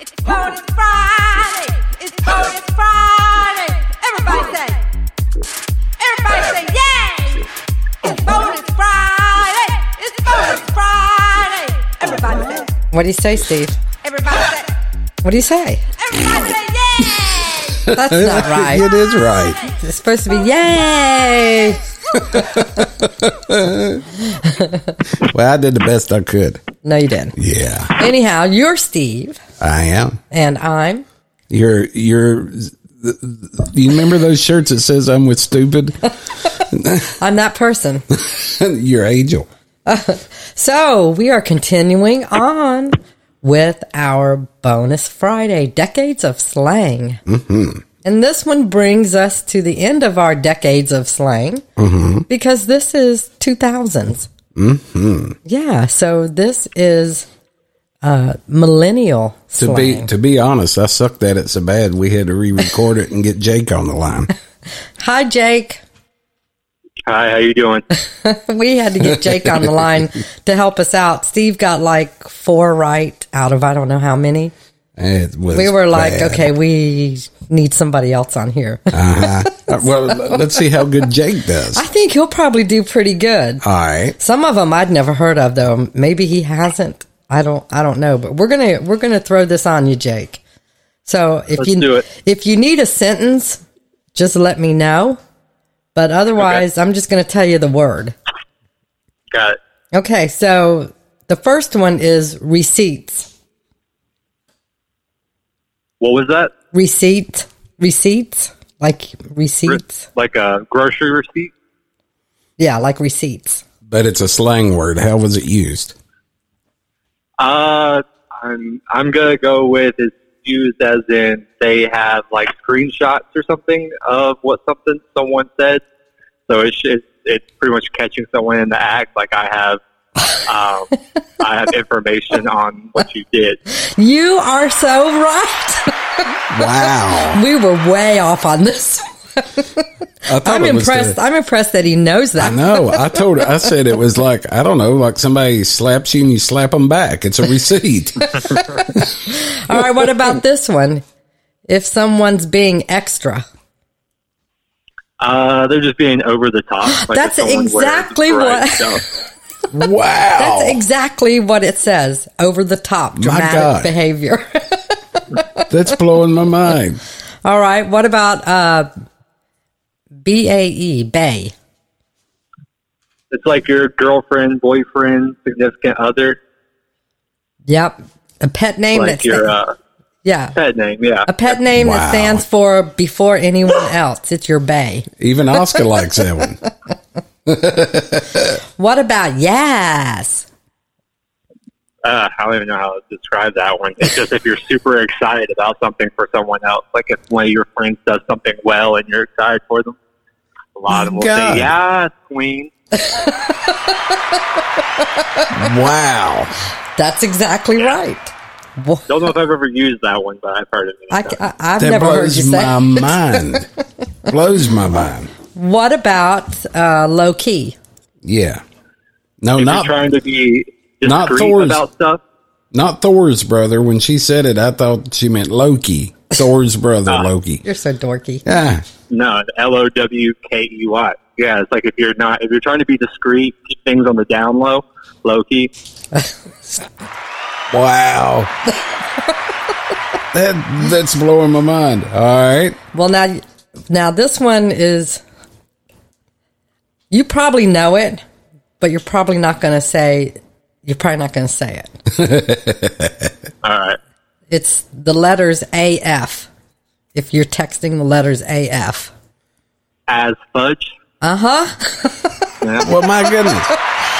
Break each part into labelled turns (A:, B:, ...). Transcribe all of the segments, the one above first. A: It's bonus Friday. It's bonus Friday. Everybody say. Everybody say yay. It's bonus Friday. It's bonus Friday. Everybody say.
B: What do you say, Steve?
A: Everybody say.
B: What do you say?
A: Everybody say yay.
B: That's not right.
C: it is right.
B: It's supposed to be yay.
C: Well, I did the best I could.
B: No, you didn't.
C: Yeah,
B: Anyhow, you're Steve,
C: I am.
B: and I'm.
C: You're you're. Do you remember those shirts that says "I'm with stupid"?
B: I'm that person.
C: You're Angel.
B: So we are continuing on with our bonus Friday decades of slang. Mm-hmm. And this one brings us to the end of our decades of slang because this is 2000s. Mm-hmm. Yeah. So this is uh, millennial
C: To
B: slang.
C: be to be honest, I sucked at it so bad we had to re-record it and get Jake on the line.
B: Hi, Jake.
D: Hi, how you doing?
B: We had to get Jake on the line to help us out. Steve got like four right out of I don't know how many.
C: It was
B: We were like,
C: bad.
B: okay, we need somebody else on here.
C: Uh, well, l- let's see how good Jake does.
B: I think he'll probably do pretty good.
C: All right.
B: Some of them I'd never heard of though. Maybe he hasn't. I don't. I don't know. But we're gonna we're gonna throw this on you, Jake. So if
D: Let's
B: you
D: do it.
B: if you need a sentence, just let me know. But otherwise, I'm just gonna tell you the word.
D: Got it.
B: Okay. So the first one is receipts.
D: What was that?
B: Receipt. Receipts. Like receipts.
D: Like a grocery receipt?
B: Yeah, like receipts.
C: But it's a slang word. How was it used?
D: Uh, I'm I'm gonna go with it's used as in they have like screenshots or something of what something someone said. So it's it's, it's pretty much catching someone in the act. Like I have. um, I have information on what you did.
B: You are so right.
C: Wow.
B: We were way off on this.
C: I thought
B: I'm
C: it was the-
B: impressed. I'm impressed that he knows
C: I
B: that.
C: know. I told her. I said it was like I don't know, like somebody slaps you and you slap them back. It's a receipt.
B: All right, what about this one? If someone's being extra,
D: Uh, they're just being over the top. Like
B: That's
D: if someone wears
B: exactly
D: bright
B: what-
D: stuff.
C: wow.
B: that's
C: Oh.
B: exactly what it says. Over the top,
C: God.
B: dramatic behavior.
C: That's blowing my mind.
B: All right, what about uh, BAE Bay?
D: It's like your girlfriend, boyfriend, significant other,
B: Yep, a pet name
D: like
B: that's
D: your uh,
B: yeah,
D: pet name. Yeah,
B: a pet name
C: Wow.
B: that stands for before anyone else. It's your bay.
C: Even Oscar likes that one.
B: What about yes?
D: uh, I don't even know how to describe that one. It's just if you're super excited about something for someone else, like if one of your friends does something well and you're excited for them, a lot of them will
C: God.
D: say, "Yeah, queen."
C: Wow.
B: That's exactly right. Wha-
D: Don't know if I've ever used that one, but I've heard it. many
B: I,
D: times.
B: have
C: That
B: never heard you
C: blows
B: say.
C: my mind. blows my mind.
B: What about uh, low key?
C: Yeah. No,
D: If
C: not
D: you're trying to be
C: not
D: discreet
C: Thor's-
D: about stuff.
C: not Thor's brother. When she said it, I thought she meant Loki. Thor's brother, Loki.
B: You're so dorky.
C: Yeah.
D: No, L O W K E Y. Yeah, it's like if you're not if you're trying to be discreet, keep things on the down low, low key.
C: Wow. that that's blowing my mind. All right.
B: Well, now, now this one is. You probably know it, but you're probably not going to say. You're probably not going to say it.
D: All right.
B: It's the letters AF. If you're texting the letters AF,
D: As fudge.
C: Well, my goodness.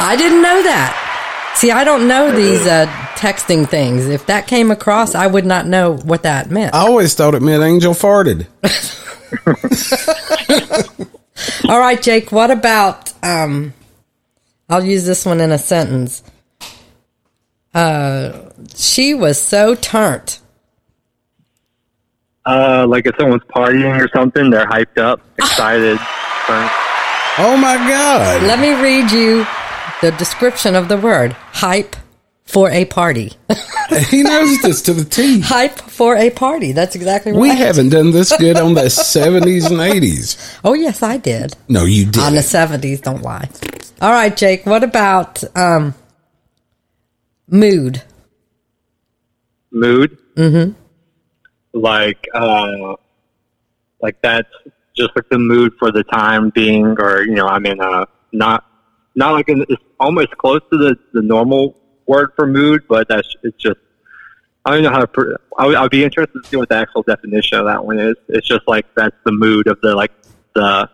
B: I didn't know that. See, I don't know these uh, texting things. If that came across, I would not know what that meant.
C: I always thought it meant angel farted.
B: All right, Jake, what about um I'll use this one in a sentence. Uh she was so turnt.
D: Uh, like if someone's partying or something, they're hyped up, excited. Right.
C: Oh my god.
B: Let me read you the description of the word. Hype, for a party.
C: He knows this to the T.
B: Hype for a party. That's exactly right.
C: We haven't done this good on the 70s and 80s.
B: Oh, yes, I did.
C: No, you did.
B: On the 70s, don't lie. All right, Jake, what about um, mood?
D: mood. Mm-hmm. Like, uh, like that's just like the mood for the time being, or you know, I'm in a not not like an, it's almost close to the the normal word for mood, but that's it's just. I don't know how to. Pr- I would, I'd be interested to see what the actual definition of that one is. It's just like that's the mood of the like the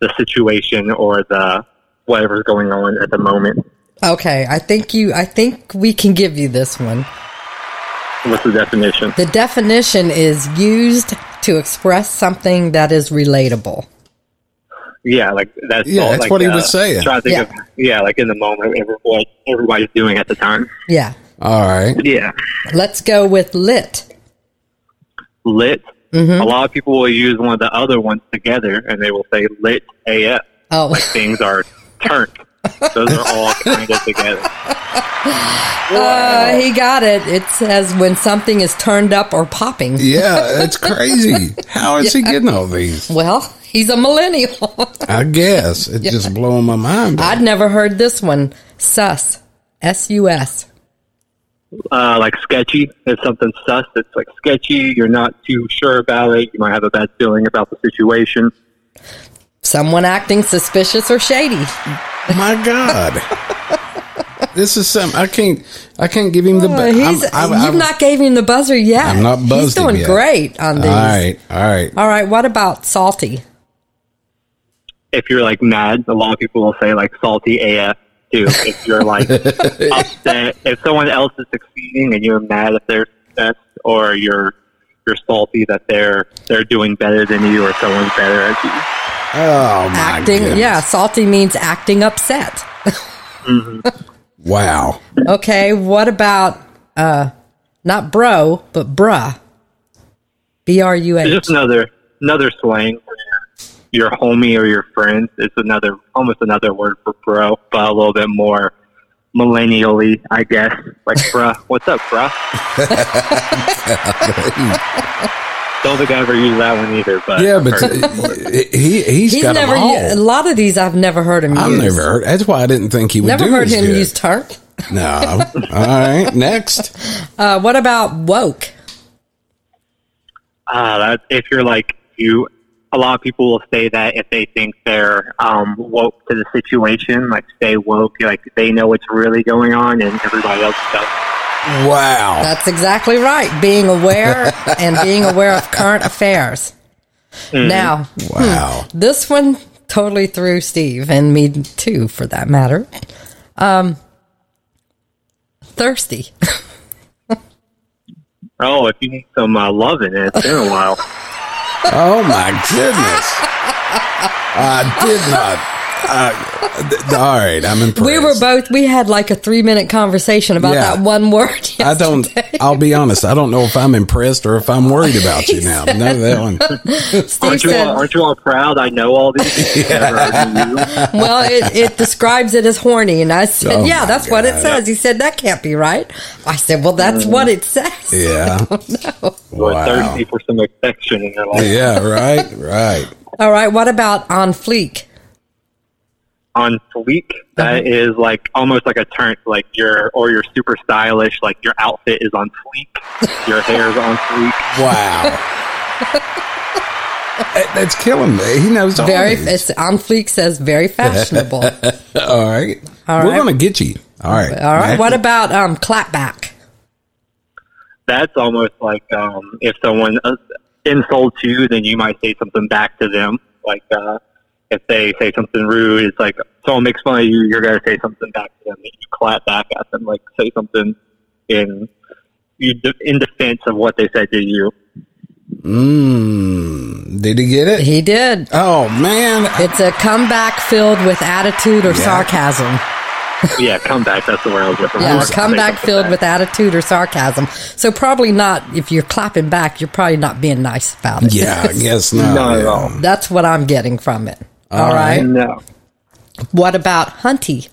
D: the situation or the whatever's going on at the moment.
B: Okay, I think you. I think we can give you this one.
D: What's the definition?
B: The definition is used to express something that is relatable.
D: Yeah, like that's
C: Yeah,
D: all,
C: that's
D: like,
C: what he
D: uh,
C: was saying.
D: Try to think
B: Yeah.
D: of yeah, like in the moment, every- what everybody's doing at the time.
B: Yeah.
C: All right.
D: Yeah,
B: Let's go with lit.
D: lit. A lot of people will use one of the other ones together, and they will say lit AF.
B: Oh,
D: Like things are turned. Those are all kind of together.
B: uh, he got it. It says when something is turned up or popping.
C: Yeah, that's crazy. How is he getting all these?
B: Well, he's a millennial.
C: I guess it's just blowing my mind.
B: I'd never heard this one. Sus. S U S.
D: Uh, like sketchy. If something sus, it's like sketchy. You're not too sure about it. You might have a bad feeling about the situation.
B: Someone acting suspicious or shady.
C: Oh my God, this is something I can't. I can't give him the.
B: Uh,
C: best.
B: he's, you've not gave him the buzzer yet.
C: I'm not
B: He's
C: buzzed him
B: doing
C: yet.
B: great on
C: All
B: these.
C: right, all right.
B: All right, what about salty?
D: If you're like mad, a lot of people will say like salty AF too. If you're like upset, if someone else is succeeding and you're mad at their success, or you're you're salty that they're they're doing better than you, or someone's better at you.
C: Oh my
B: Acting.
C: goodness.
B: Yeah, salty means acting upset.
C: Wow.
B: Okay, what about uh not bro, but bruh. B R U
D: It's
B: H.
D: just another another slang. where Your homie or your friend is another almost another word for bro, but a little bit more millennially, I guess. Like bruh, what's up, bruh? Don't think I ever used that one either, but
C: Yeah,
D: I've
C: but
D: heard it.
C: he he- he's,
B: He's
C: got
B: never
C: them all.
B: u- a lot of these I've never heard him
C: I've
B: use.
C: never heard. That's why I didn't think he would
B: Never
C: do
B: heard
C: as
B: him
C: good.
B: use turnt.
C: No. All right. Next.
B: Uh, what about woke?
D: Uh, that, if you're like you, a lot of people will say that if they think they're um, woke to the situation, like stay woke, like they know what's really going on, and everybody else doesn't.
C: Wow.
B: That's exactly right. Being aware and being aware of current affairs. Now,
C: Wow.
B: this one totally threw Steve and me too, for that matter. Um, thirsty.
D: Oh, if you need some uh, loving, it's been a while.
C: Oh my goodness. I did not. I, th- th- all right. I'm impressed.
B: We were both. We had like a three minute conversation about
C: Yeah.
B: that one word.
C: I don't.
B: yesterday.
C: I'll be honest. I don't know if I'm impressed or if I'm worried about you now. No, that one.
B: Steve
D: Aren't you, all,
B: said,
D: aren't you all proud? I know all these. yeah.
B: "Well, it, it describes it as horny," and I said,
C: Oh
B: "Yeah,
C: my
B: that's what it
C: God.
B: says." He said, "That can't be right." I said, "Well, that's what it says."
C: Yeah.
D: We're
C: Wow.
D: thirsty for some affection in their life.
C: Yeah. Right. Right.
B: All right. What about on fleek?
D: on fleek.
C: Uh-huh.
D: that is like almost like a turn, like you're or you're super stylish. Like your outfit is on fleek, your hair's on fleek.
C: Wow. That- That's killing me. He knows all
B: Very.
C: these.
B: It's on fleek says very fashionable. All
C: All right.
B: All
C: We're
B: right.
C: going to get you. All right.
B: right. What about um clapback?
D: That's almost like um, if someone uh, insults you, then you might say something back to them. Like uh, if they say something rude, it's like someone makes fun of you, you're gonna say something back to them. You clap back at them, like say something in you in defense of what they said to you.
C: Mm, did he get it?
B: He did.
C: Oh, man.
B: It's a comeback filled with attitude or
C: Yeah.
B: sarcasm.
D: Yeah, comeback. That's the word I was looking
B: Yeah,
D: for. Say
B: comeback
D: something
B: filled
D: back.
B: with attitude or sarcasm. So probably not. If you're clapping back, you're probably not being nice about it.
C: Yeah, I guess not.
D: Not at
C: yeah.
D: all.
B: That's what I'm getting from it. All
C: All
B: right.
D: No.
B: What about hunty?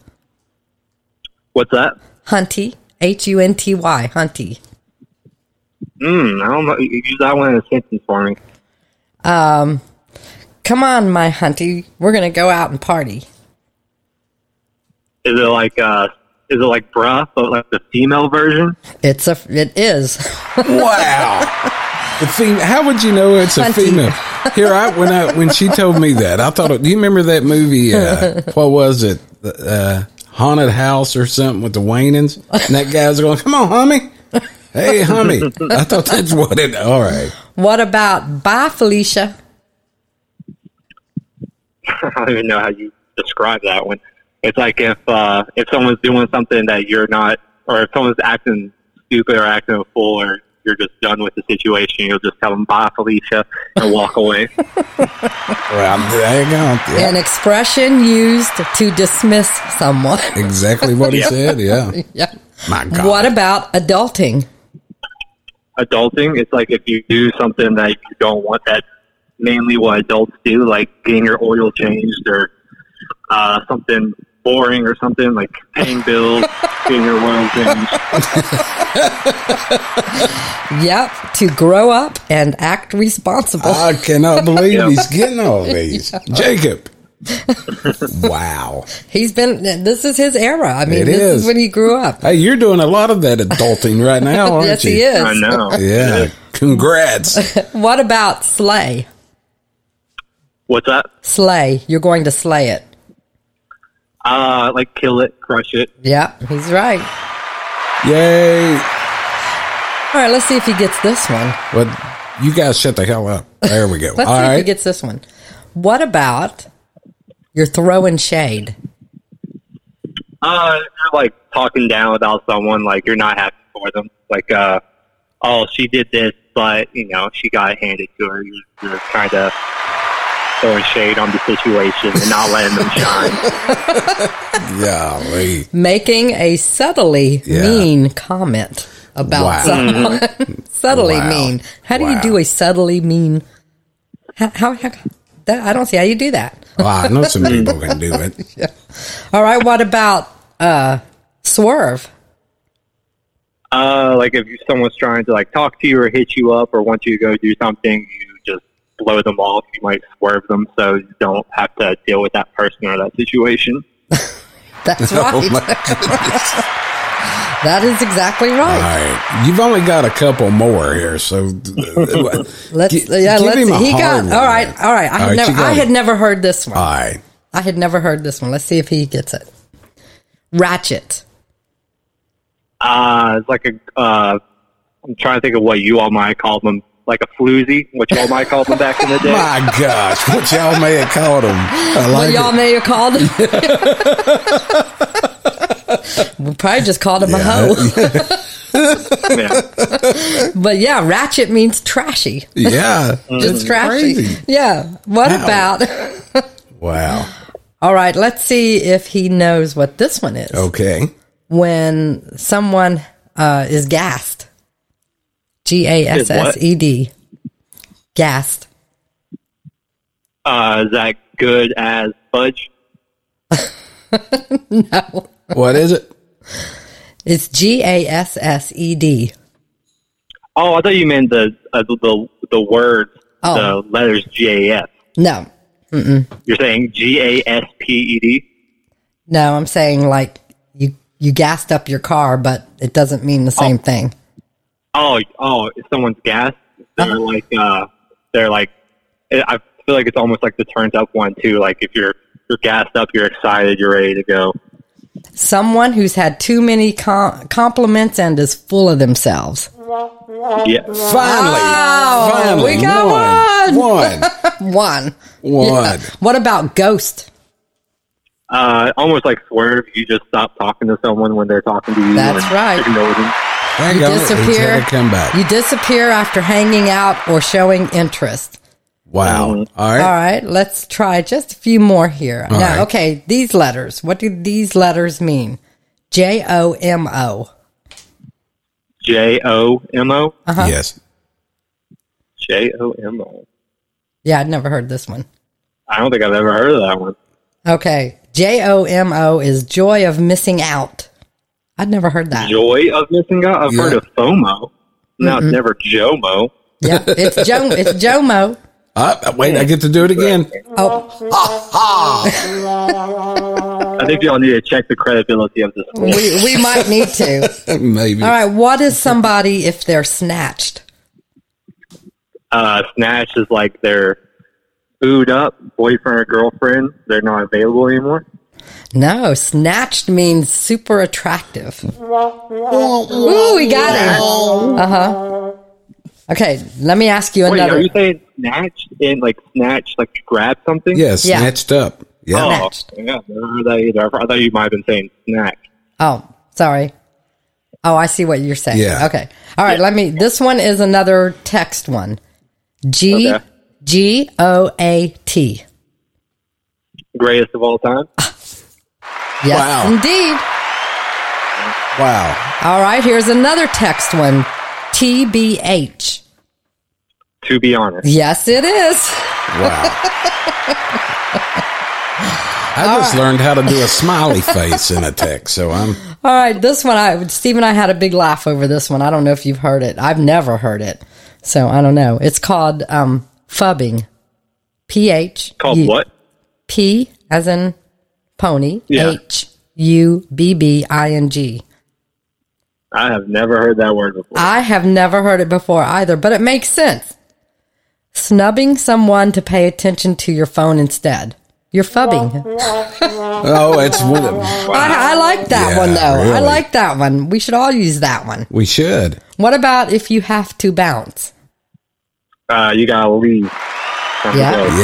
D: What's that?
B: Hunty. H U N T Y, hunty.
D: Mm, I don't know. You Use that one in a sentence for me.
B: Um, come on, my hunty. We're going to go out and party.
D: Is it like uh, is it like bruh, but like the female version?
B: It's a, it is.
C: Wow. The fem- how would you know it's a
B: Hunty.
C: female? Here, I when I when she told me that, I thought. Do you remember that movie? Uh, what was it? Uh, Haunted House or something with the Waynans? And that guy's going, "Come on, homie." Hey, homie. I thought that's what it. All right.
B: what about bye, Felicia?
D: I don't even know how you describe that one. It's like if uh, if someone's doing something that you're not, or if someone's acting stupid or acting a fool, or you're just done with the situation, you'll just tell them bye, Felicia, and walk away.
C: Well, there you go. Yeah,
B: An expression used to dismiss someone.
C: exactly what he said. Yeah.
B: yeah.
C: My God.
B: What about adulting?
D: Adulting, it's like if you do something that you don't want. That's mainly what adults do, like getting your oil changed or uh, something boring or something like paying bills, getting your oil changed.
B: Yep, to grow up and act responsible.
C: I cannot believe
D: Yeah.
C: he's getting all these. Jacob. wow.
B: He's been. This is his era. I mean,
C: It
B: this is.
C: is.
B: when he grew up.
C: Hey, you're doing a lot of that adulting right now, aren't
B: yes,
C: you?
B: he is.
D: I know.
C: Yeah. Congrats.
B: What about slay?
D: What's that?
B: Slay. You're going to slay it.
D: Uh, like kill it, crush it.
B: Yep, he's right.
C: Yay.
B: All right, let's see if he gets this one.
C: Well, you guys shut the hell up. There we go. All
B: Let's see if he
C: right.
B: gets this one. What about you're throwing shade?
D: Uh, you're like talking down about someone, like you're not happy for them. Like, uh, oh, she did this, but you know, she got it handed to her. You're, you're kind of throwing shade on the situation and not letting them shine.
C: Golly.
B: Making a subtly
C: Yeah.
B: mean comment about
C: Wow.
B: someone. subtly
C: Wow.
B: mean. How do
C: Wow.
B: you do a subtly mean? How, how, how that, I don't see how you do that.
C: Well, I know some people can do it.
B: All right, what about uh swerve?
D: Uh, like if someone's trying to like talk to you or hit you up or want you to go do something, you just blow them off. You might swerve them so you don't have to deal with that person or that situation.
B: That's right.
C: Oh, my goodness.
B: That is exactly
C: All
B: right.
C: right. You've only got a couple more here, so uh,
B: Let's
C: Gi-
B: yeah,
C: give
B: let's
C: him a
B: he
C: hard
B: got
C: one.
B: all right, all right. I
C: All
B: had
C: right,
B: never
C: you got
B: I
C: it.
B: had never heard this one.
C: All right.
B: I had never heard this one. Let's see if he gets it. Ratchet.
D: Uh, it's like a, uh, I'm trying to think of what you all might call them, like a floozy, which you all might call them back in the day.
C: My gosh, what y'all may have called him. I
B: Well,
C: like
B: y'all
C: it.
B: may have called him. we probably just called him a hoe.
D: Yeah.
B: But yeah, ratchet means trashy.
C: Yeah.
B: It's trashy.
C: crazy.
B: Yeah. What
C: Wow.
B: about
C: Wow.
B: All right, let's see if he knows what this one is.
C: Okay.
B: When someone uh, is gassed. G A S S E D. Gassed.
D: Uh, is that good as fudge?
C: What is it?
B: It's G A S S E D.
D: Oh, I thought you meant the uh, the, the the word,
B: Oh.
D: the letters G A S.
B: No,
D: You're saying G A S P E D.
B: no, I'm saying like you you gassed up your car, but it doesn't mean the same thing.
D: Oh, oh, if someone's gas, they're like uh, they're like. I feel like it's almost like the turns up one too. Like if you're you're gassed up, you're excited, you're ready to go.
B: Someone who's had too many com- compliments and is full of themselves.
D: Yeah.
C: Finally.
B: Wow,
C: finally.
B: Oh, we got
C: one. One.
B: One. Uh,
C: One.
B: What about ghost?
D: Uh, almost like swerve. You just stop talking to someone when they're talking to you.
B: That's
D: and
B: right.
D: Ignore them.
C: Thank
B: You
C: God he's
B: disappear.
C: had a comeback.
B: You disappear after hanging out or showing interest.
C: Wow. All right.
B: All right, let's try just a few more here. now,
C: right.
B: okay, these letters. What do these letters mean? J O M O.
D: J O M O.
B: Uh-huh.
C: Yes.
D: J O M O.
B: Yeah, I'd never heard this one.
D: I don't think I've ever heard of that one.
B: Okay. J O M O is joy of missing out. I'd never heard that.
D: Joy of missing out. I've
C: Yeah.
D: heard of FOMO. Now it's never JOMO.
B: Yeah, it's Joe. It's Jomo.
C: Ah, wait, I get to do it again.
B: Oh,
D: I think y'all need to check the credibility of this. one.
B: we, we might need to.
C: Maybe.
B: All right, what is somebody if they're snatched?
D: Uh, snatch is like they're booed up, boyfriend or girlfriend. They're not available anymore.
B: No, snatched means super attractive. Ooh, we got it. Uh huh. Okay, let me ask you
D: Wait, are
B: another.
D: you saying snatch in like snatch, like grab something?
C: Yeah,
B: Yeah.
C: snatched up. Yeah.
D: Oh,
B: Snatched.
D: yeah, never heard that either. I thought- I thought you might have been saying snack.
B: Oh, sorry. Oh, I see what you're saying.
C: Yeah.
B: Okay. All right. Let me. This one is another text one. G
D: Okay.
B: G O A T.
D: Greatest of all time.
B: Yes,
C: Wow.
B: indeed.
C: Wow.
B: All right. Here's another text one. T B H.
D: To be honest,
B: Yes, it is.
C: Wow. I just learned how to do a smiley face in a text, so I'm
B: All right, this one I Steve and I had a big laugh over this one. I don't know if you've heard it. I've never heard it, so I don't know. It's called um, fubbing. P H
D: called
B: U-
D: what?
B: P as in pony.
D: Yeah.
B: H U B B I N G.
D: I have never heard that word before.
B: I have never heard it before either, but it makes sense. Snubbing someone to pay attention to your phone instead. You're fubbing.
C: Oh, it's one of,
B: I, I like that
C: Yeah,
B: one though. I
C: really.
B: like that one. We should all use that one.
C: we should.
B: What about if you have to bounce?
D: uh, you gotta leave. Time to
B: Yeah.
D: go.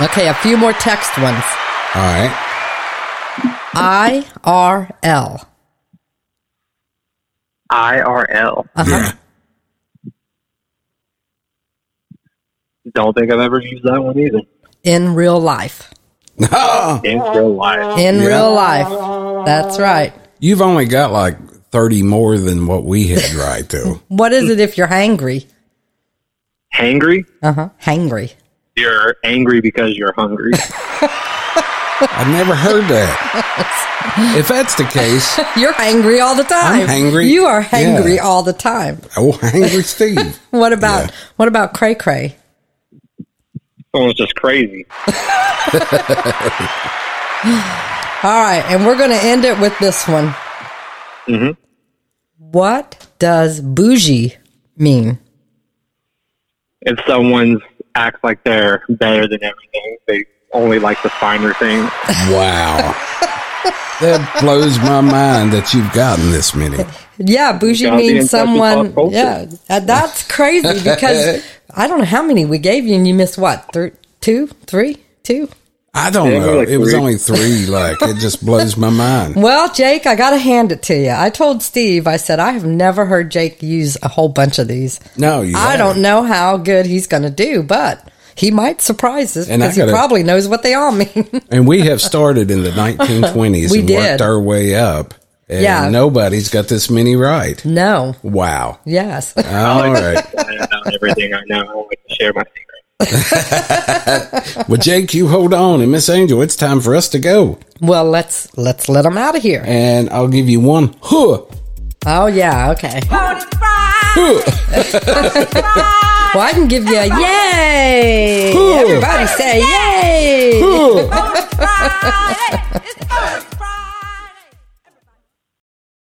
C: Yay.
B: Okay, a few more text ones.
C: All right.
B: I R L.
D: IRL.
B: Uh-huh.
C: Yeah.
D: Don't think I've ever used that one either.
B: In real life.
C: Ah,
D: In real life.
B: In
C: Yeah.
B: real life. That's right.
C: You've only got like 30 more than what we had right though.
B: What is it if you're hangry?
D: Hangry?
B: Uh huh. Hangry.
D: You're angry because you're hungry.
C: I've never heard that. If that's the case,
B: You're hangry all the time.
C: I'm hangry.
B: You are hangry
C: Yeah.
B: all the time.
C: oh, Hangry Steve.
B: What about
C: Yeah.
B: what about cray cray?
D: Someone's just crazy.
B: All right, and we're going to end it with this one. Mm-hmm. What does bougie mean?
D: If someone acts like they're better than everything, they only like the finer things.
C: Wow. That blows my mind that you've gotten this many.
B: Yeah, bougie
D: Gotta be in
B: means
D: touch with
B: someone.
D: pop culture.
B: Yeah, Uh, that's crazy because I don't know how many we gave you, and you missed what? Three, two, three, two.
C: I don't
D: Yeah,
C: know.
D: like
C: it was
D: three.
C: only three. Like it just blows my mind.
B: Well, Jake, I got to hand it to you. I told Steve, I said I have never heard Jake use a whole bunch of these.
C: No, you
B: I
C: haven't.
B: don't know how good he's going to do, but he might surprise us
C: And I
B: because he
C: gotta-
B: probably knows what they all mean.
C: And we have started in the 1920s
B: We
C: and
B: did.
C: worked our way up. And
B: Yeah.
C: nobody's got this many right.
B: no.
C: Wow.
B: Yes.
C: All right.
D: I don't know everything I know. I don't like to share my secrets.
C: Well, Jake, you hold on. And Miss Angel, it's time for us to go.
B: well, let's let's let him out of here.
C: And I'll give you one. Huh.
B: Oh yeah. Okay.
A: Bonus Friday.
C: Huh.
B: Well, I can give you a yay.
C: Ooh.
B: Everybody say yay.
C: Huh.
A: Bonus Friday.